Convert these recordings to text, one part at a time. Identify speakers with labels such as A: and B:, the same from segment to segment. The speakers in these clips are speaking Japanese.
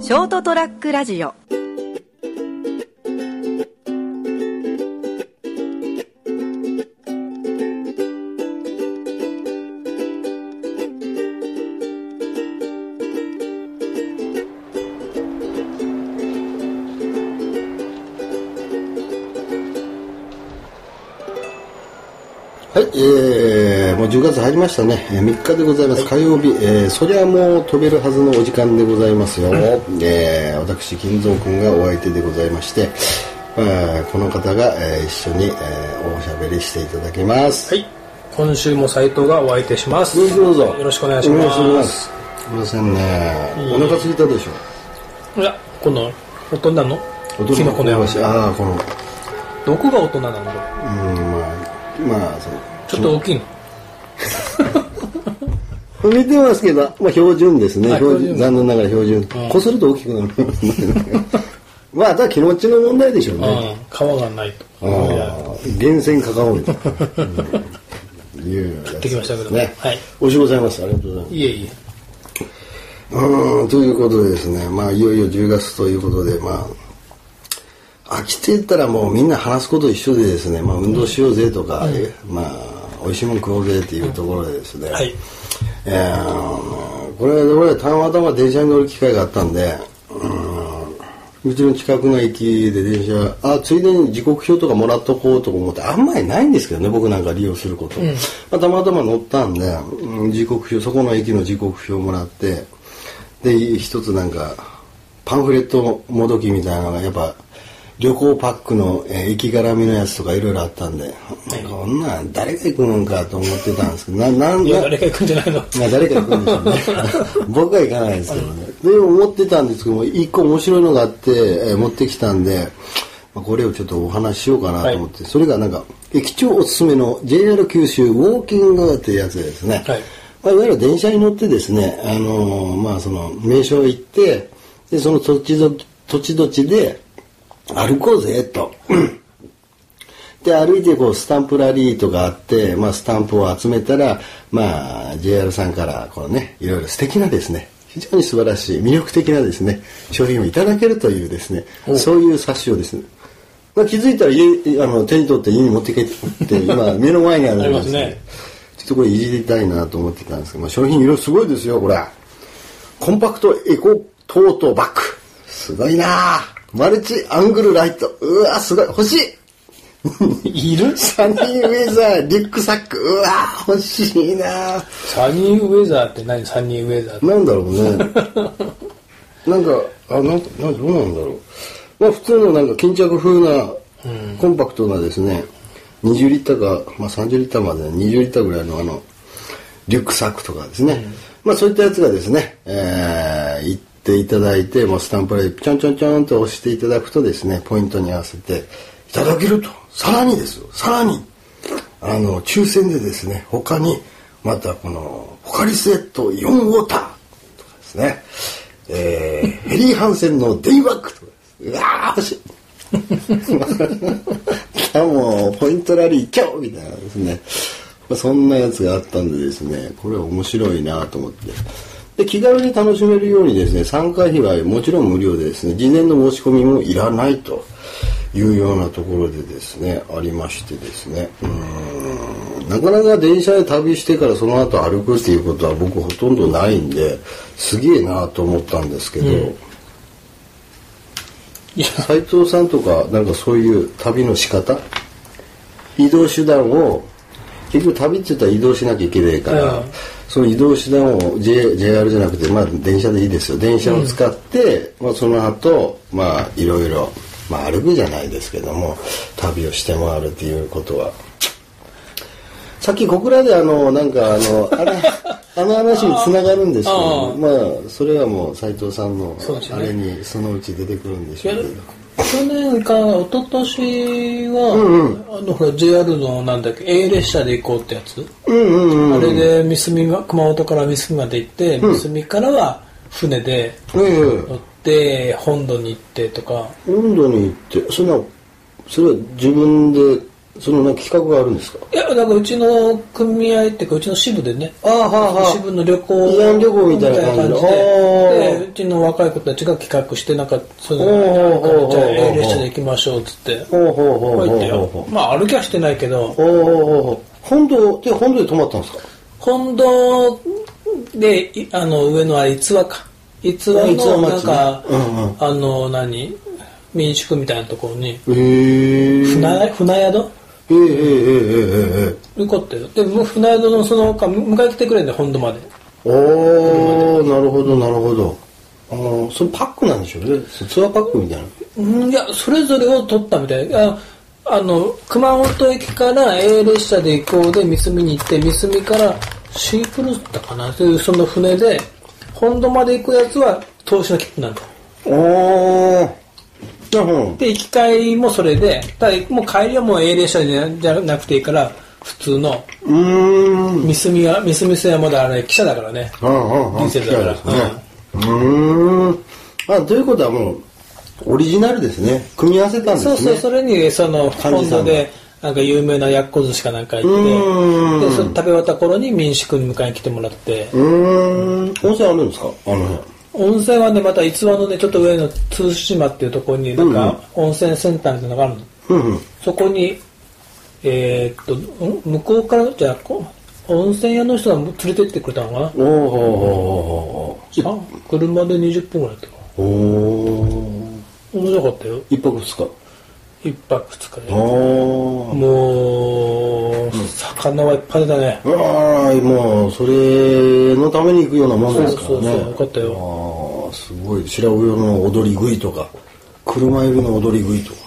A: ショートトラックラジオ
B: はい、えー、もう10月入りましたね、えー3日でございます、火曜日、えー、そりゃもう飛べるはずのお時間でございますよ、えー、私、金蔵君がお相手でございまして、えーこの方が、えー一緒に、えーおしゃべりしていただきます。
C: はい。今週も斉藤がお相手します。
B: どうぞどうぞ。
C: よろしくお願いします。
B: お願いします。すいませんね、お腹すいたでしょ。
C: いや、この、大人のキノコの山
B: し。ああ、この、うん、
C: どこが大人なんだ
B: まあ、まあ、その、
C: ちょっと大きいの。
B: 見てますけど、まあ、標準ですね
C: はい
B: 標準
C: 標準
B: 残念ながら標準、こすると大きくなるまああとは気持ちの問題でしょうね
C: うん。皮がないと。
B: ああ厳選カカオみたいな、うんいうやつ
C: ってきましたけど
B: ね、
C: はい
B: おしございますありがとうございます
C: いえいえ。
B: うんということでですねまあいよいよ10月ということでまあ飽きていったらもうみんな話すこと一緒でですね、まあ、運動しようぜとか、まあ美味しいもん食おうぜっていうところでですね、
C: はい。
B: えーあのこれ俺たまたま電車に乗る機会があったんでうんうちの近くの駅で電車あついでに時刻表とかもらっとこうとか思ってあんまりないんですけどね僕なんか利用すること、まあ、たまたま乗ったんで、うん時刻表そこの駅の時刻表もらってで一つなんかパンフレットもどきみたいなのがやっぱ旅行パックの、えー駅絡みのやつとかいろいろあったんで、こんなん誰が行くのかと思ってたんですけどななん
C: い
B: な
C: や、誰か行くんじゃ ないの。
B: まあ誰か行くんでしょう ね僕は行かないですけどねで思ってたんですけども一個面白いのがあって、えー持ってきたんで、まあ、これをちょっとお話ししようかなと思って、それがなんか駅長おすすめの JR 九州ウォーキングっていうやつですね、
C: はい
B: まあ、いわゆる電車に乗ってですね、あのーまあ、その名所行ってでその土地ど土地土地で歩こうぜと。で歩いてこうスタンプラリーとかあって、まあ、スタンプを集めたら、まあ、JR さんからこう、ね、いろいろ素敵なですね非常に素晴らしい魅力的なですね商品をいただけるというですねそういう冊子をですね、まあ、気づいたら家あの手に取って家に持って帰って 今目の前にあるん
C: あ
B: で
C: りますね
B: ちょっとこれいじりたいなと思ってたんですけど、まあ、商品色々すごいですよこれコンパクトエコトートバッグすごいなあマルチアングルライトうわすごい欲しい
C: いる
B: サニーウェザー、リュックサック、うわー、欲しいなー
C: サニーウェザーって何サニーウェザーって。
B: なんだろうね。なんか、あ、なん、なん、どうなんだろう。まあ、普通のなんか巾着風な、コンパクトなですね、20リッターか、まあ30リッターまで、20リッターぐらいのあの、リュックサックとかですね。まあ、そういったやつがですね、えー、行っていただいて、もうスタンプライン、ちょんちょんちょんと押していただくとですね、ポイントに合わせて、いただけると。さらにですよ、さらに。あの抽選でですね他にまたこのポカリスエットイオンウォーターとかですね、えー、ヘリー・ハンセンのデイバックとかですうわー欲しい あもうポイントラリー今日みたいなですねまあそんなやつがあったんでですねこれは面白いなと思ってで気軽に楽しめるようにですね参加費はもちろん無料でですね事前の申し込みもいらないというようなところでですねありましてですねうんなかなか電車で旅してからその後歩くっていうことは僕ほとんどないんですげえなと思ったんですけど、
C: いや、
B: 斉藤さんとかなんかそういう旅の仕方移動手段を結局旅って言ったら移動しなきゃいけないから、
C: うん
B: その移動手段を、J、JR じゃなくて、まあ、電車でいいですよ電車を使って、まあ、その後まあいろいろ、まあ、歩くじゃないですけども旅をして回るっていうことは。さっき小倉であのなんかあのあ れあの話につながるんですけど
C: あ
B: まあそれはもう斉藤さんの
C: そうですね
B: あれにそのうち出てくるんでしょうけど
C: 去年か、一昨年は、あの、ほら、JR のなんだっけ、A 列車で行こうってやつ。
B: うんうんうん
C: あれで、三隅ま、熊本から三隅まで行って、三隅からは船で
B: うん
C: 乗って、本土に行ってとか、
B: うん、インドに行ってそんなそれは自分でそのなんか企画があるんですか
C: いや、だからうちの組合っていうか、うちの支部でね、
B: ああはあはあ
C: 支部の旅行
B: 慰安旅行みたいな感じの
C: みたいな
B: あ
C: 感じで
B: ー
C: で、うちの若い子たちが企画して、なんか、その、
B: おーおーおーおー
C: じゃあ、A 列車で行きましょうっつって、こ
B: ほうほうほ
C: う
B: うほ
C: 言っ
B: う
C: て
B: ほ
C: よ。まあ、歩きはしてないけど、
B: うほうほうほうほう本堂で本堂で泊まったんですか
C: 本堂で、いあの、上のあれ、逸話か。逸話
B: あ逸話
C: の、
B: 町ね
C: なんか、
B: うんうん
C: あの、何民宿みたいなところに、
B: へえ
C: 船船宿
B: ええええええええ
C: よかったよ。で、む船宿のその他、む迎え来てくれんだよ、本土まで。
B: おーなるほどなるほどあのそれパックなんでしょうねそうツアーパックみたいな
C: うんいやそれぞれを取ったみたいああの熊本駅から A 列車で行こうで三角に行って三角からシープルだったかなというその船で本土まで行くやつは投資の切符なんだよ
B: おーなるほど
C: で行き帰りもそれでただもう帰りはもう A 列車じゃじゃなくていいから普通の
B: うーん
C: 三角は三角線はまだあれ汽車だからね
B: うんうんうん
C: 人生だから
B: そうですねうーんあということはもうオリジナルですね組み合わせたんです
C: そ
B: ね
C: うそうそれにその
B: 患者
C: 本
B: さんが
C: 土でなんか有名なやっこ寿司かなんか行
B: う
C: っ
B: ん
C: てでそれ食べ終わった頃に民宿に迎えに来てもらって
B: うーん温泉あるんですかあの辺
C: 温泉はねまた逸話のねちょっと上の通島っていうところになんか温泉センターみたいなのがあるの
B: うんうん
C: そこにえーっとん向こうからじゃあこ温泉屋の人が連れてってくれたのかな
B: おーおー
C: あ車で20分ぐらいだったか
B: おーおーおー
C: な面白かったよ
B: 一泊二日
C: 1泊2日で
B: おー
C: もう魚はいっぱい出たね
B: うわーもうそれのために行くようなもんですからね
C: そうそうそうよかった
B: よあーすごい白魚の踊り食いとか車エビの踊り食いとか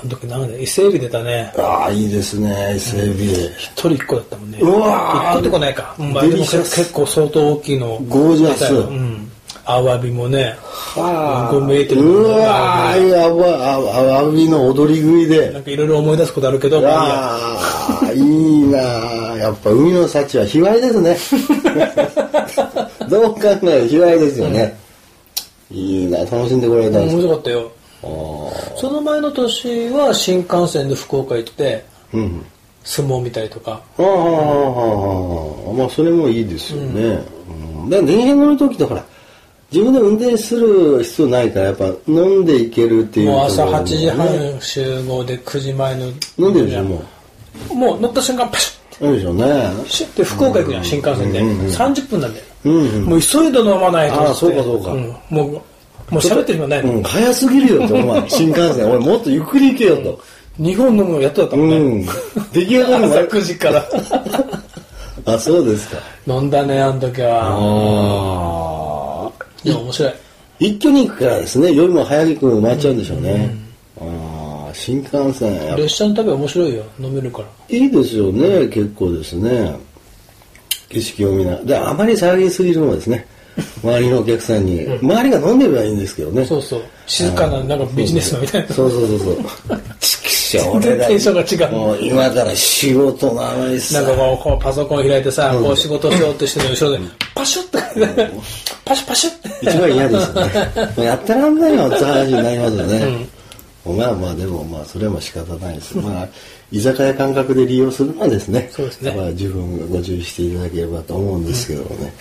C: あの時なんで伊勢エビ出たね
B: ああいいですね伊勢エビ、
C: 一人一個だったもんね
B: うわー
C: 一個ってこないか、うんまあ、
B: デ
C: で
B: リ
C: も
B: シャス
C: 結構相当大きいの
B: ゴージャス
C: 出たようんアワビもね
B: あ
C: ゴムエイテル
B: うわーやばああわびの踊り食い
C: なん
B: で
C: かいろいろ思い出すことあるけどまあいいや
B: ああいいなーやっぱ海の幸は卑猥ですねどう考える卑猥ですよね、いいな楽しんでこられたんです
C: 面
B: か
C: 白かったよその前の年は新幹線で福岡行って
B: うんうん
C: 相撲見たりとか
B: ああ、まあそれもいいですよね。うん、だから電車乗る時ってほら自分で運転する必要ないからやっぱ飲んでいけるっていう
C: もう朝
B: ところ
C: 8時
B: ね
C: 半集合で9時前の
B: 飲んでるでしょも
C: もう乗った瞬間パシュ
B: う。そ
C: ッ
B: うでしょうね。
C: シュッて福岡行くじゃん新幹線で
B: うんうんうん
C: 30分なんだよ
B: うんうん。
C: もう急いで飲まないとって
B: あーそうかそうか
C: んもうもう喋ってる暇ないもん
B: うん、早すぎるよとお前新幹 線俺もっとゆっくり行けよと。
C: 日本飲むのやっとだった
B: う
C: もんね、
B: ん。出来上がる
C: 朝
B: 前。
C: 9時から
B: あそうですか。
C: 飲んだねあの時
B: あ
C: は
B: あ。
C: いや面白い
B: 一挙に行くからですね夜も早く回っちゃうんでしょうね。ああ新幹線やっぱ
C: 列車の旅は面白いよ飲めるから
B: いいですよね、結構ですね。景色を見なで、あまり騒ぎすぎるのは ですね、周りのお客さんに、周りが飲んでればいいんですけどね。
C: そうそう静かななんかビジネスマンみたいな
B: そうそうそうそう。ちくしょう、俺ら
C: 全然テンションが違う
B: もう今から仕事の話さ
C: なん。かこうこうパソコン開いてさ、こう仕事しようとしてるの後ろでパシュッてパシュパシュッて
B: 一番嫌ですよ ね。もうやってらんないよって話になりますよね。まあまあでもまあそれはもう仕方ないです。まあ居酒屋感覚で利用するのはですね。
C: そうですね
B: まあ十分ご注意していただければと思うんですけどもね。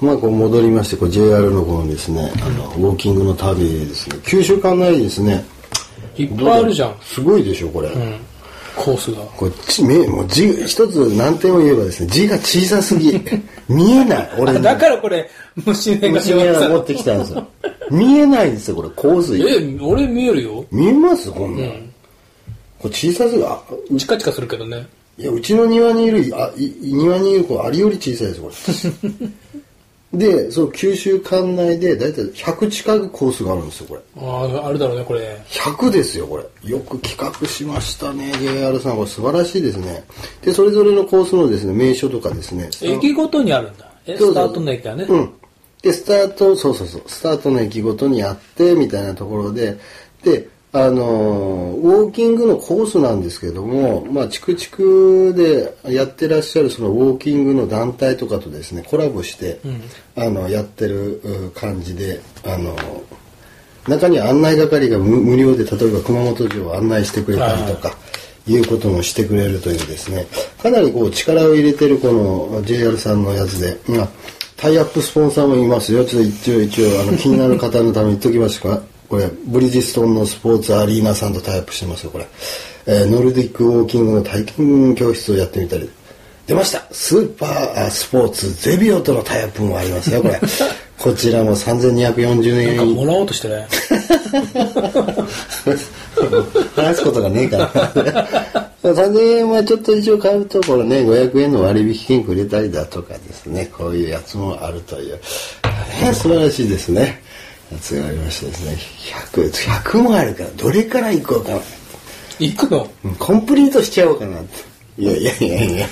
B: まあこう戻りましてこう JR のこのですね、あのウォーキングの旅でですね、9週間内にですね。
C: いっぱいあるじゃん、
B: すごいでしょこれ。
C: うん、コースが
B: これち目もう字一つ難点を言えばですね字が小さす ぎ見えない俺に
C: だからこれ虫眼鏡しま
B: 娘が持
C: し
B: ってきたんです よ見えないんですよこれ洪水
C: え俺見えるよ
B: 見えますこんなん、これ小さすぎあ
C: チカチカするけどね
B: いやうちの庭にいるあい庭にいる子ありより小さいですこ れでその九州管内で大体100近くコースがあるんですよこれ
C: あーあるだろうねこれ
B: 100ですよこれよく企画しましたね JR さんこれ素晴らしいですねでそれぞれのコースのですね名所とかですね
C: 駅ごとにあるんだえ
B: そうそう
C: スタートの駅だね、
B: うん。で、スタート、そうそうそう、スタートの駅ごとにあって、みたいなところで、で、あのーウォーキングのコースなんですけども、まあ、チクチクでやってらっしゃるそのウォーキングの団体とかとですね、コラボして、あの、やってるう感じで、あのー中には案内係が無無料で、例えば熊本城を案内してくれたりとか、いうこともしてくれるというですね、かなりこう力を入れてるこの JR さんのやつで、まあ、タイアップスポンサーもいますよ。ちょっと一応一応、あの、気になる方のために言っときますか。これ、ブリヂストンのスポーツアリーナさんとタイアップしてますよ、これ。えーノルディックウォーキングの体験教室をやってみたり。出ましたスーパーあスポーツゼビオとのタイアップもありますよ、これ。こちらも3240
C: なんか
B: 円
C: もらおうとしてね。
B: 話すことがねえから。3000円はちょっと以上買うところね、500円の割引券くれたりだとかですね、こういうやつもあるという。大変素晴らしいですね。やつがありましてですね、100、100もあるから、どれから行こうかな。
C: 行くの
B: うんコンプリートしちゃおうかなって。いやいやいやいや。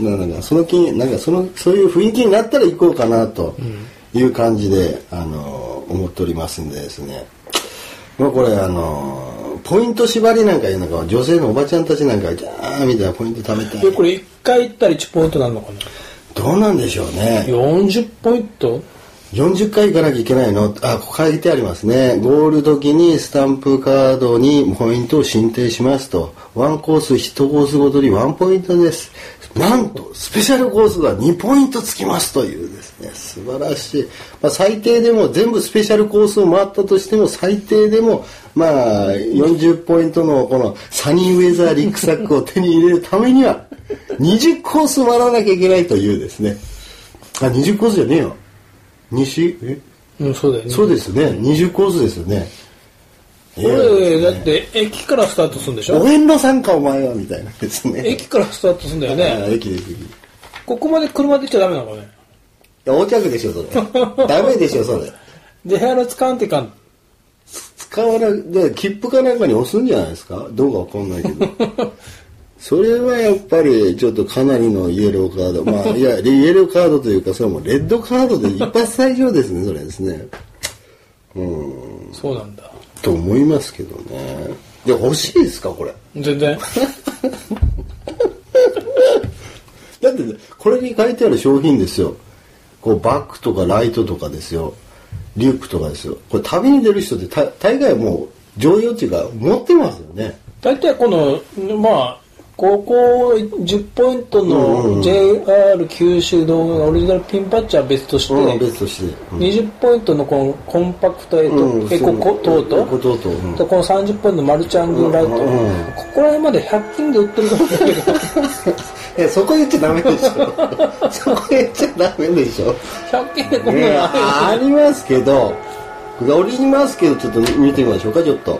B: まあなんかその気になんかそのそういう雰囲気になったら行こうかなという感じで、あの思っておりますんでですね。まあこれあのポイント縛りなんかいうのが女性のおばちゃんたちなんかがじゃーみたいなポイント貯め
C: え、
B: て
C: これ1回行ったら1ポイントなのかな
B: どうなんでしょうね。
C: ?40 ポイント
B: 40回行かなきゃいけないのあ、ここ書いてありますね。ゴールド期にスタンプカードにポイントを申請しますと。ワンコース、1コースごとにワンポイントです。なんと、スペシャルコースが2ポイントつきますというですね、素晴らしい。まあ、最低でも、全部スペシャルコースを回ったとしても、最低でも、まあ、40ポイントのこのサニーウェザーリュックサックを手に入れるためには、20コース回らなきゃいけないというですね。あ、20コースじゃねえよ。西え
C: うん、そうだよね。
B: そうですね20コースですよねこ
C: これ、だって駅からスタートするんでしょ
B: 応援の参加お前はみたいなですね
C: 駅からスタートするんだよ
B: あ
C: ね。
B: 駅です駅い
C: ここまで車で行っちゃダメなのかね。
B: や横着でしょそ れダメでしょそれ
C: で、部屋の使わんていかん。
B: 使わなで切符かなんかに押すんじゃないですかどうかわかんないけ どそれはやっぱりちょっとかなりのイエローカードまあいやイエローカードというかそれはもうレッドカードで一発退場ですねそれですねうん
C: そうなんだ。
B: と思いますけどねで欲しいですかこれ
C: 全然。
B: だってねこれに書いてある商品ですよこうバッグとかライトとかですよリュックとかですよこれ旅に出る人ってた大概もう常用っていうか持ってますよね
C: 大体この、まあ、ここ10ポイントの JR 九州道のオリジナルピンパッチは別として、
B: うん別として、うん
C: 20ポイントのこのコンパクトエコ,、
B: うん
C: エココトー
B: エコ
C: ト
B: トートうん
C: でこの30ポイントのマルチアングルライト、
B: うんうん
C: ここら辺まで100均で売ってると思うんだけど
B: えそこ言っちゃダメでしょ そこ言っちゃダメでしょ
C: 100均でこんな
B: ね
C: のあ
B: あありますけどおりますけどちょっと見てみましょうかちょっと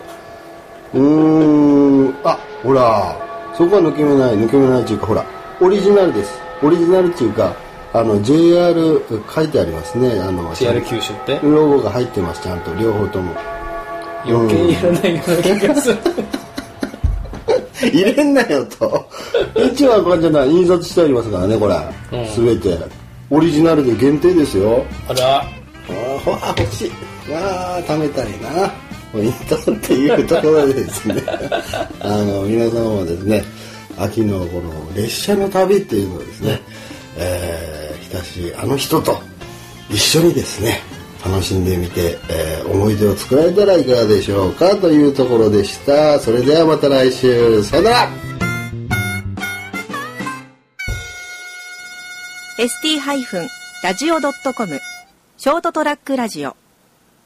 B: うーんあほらそこは抜け目ない抜け目ないっていうかほらオリジナルですオリジナルっていうかあの JR 書いてありますねあの
C: る JR 九州って
B: ロゴが入ってますちゃんと両方とも
C: 余計にいらないような気がする
B: 入れんなよ と一応はこれじゃない印刷してありますからねこれ、全てオリジナルで限定ですよ
C: あら
B: あーほあ欲しいああ貯めたいなポイントっていうところでですねあの皆様もですね秋のこの列車の旅っていうのをですね、えー、親しいあの人と一緒にですね楽しんでみて、えー思い出を作られたらいかがでしょうかというところでしたそれではまた来週さよなら
A: ST-radio.com ショートトラックラジオ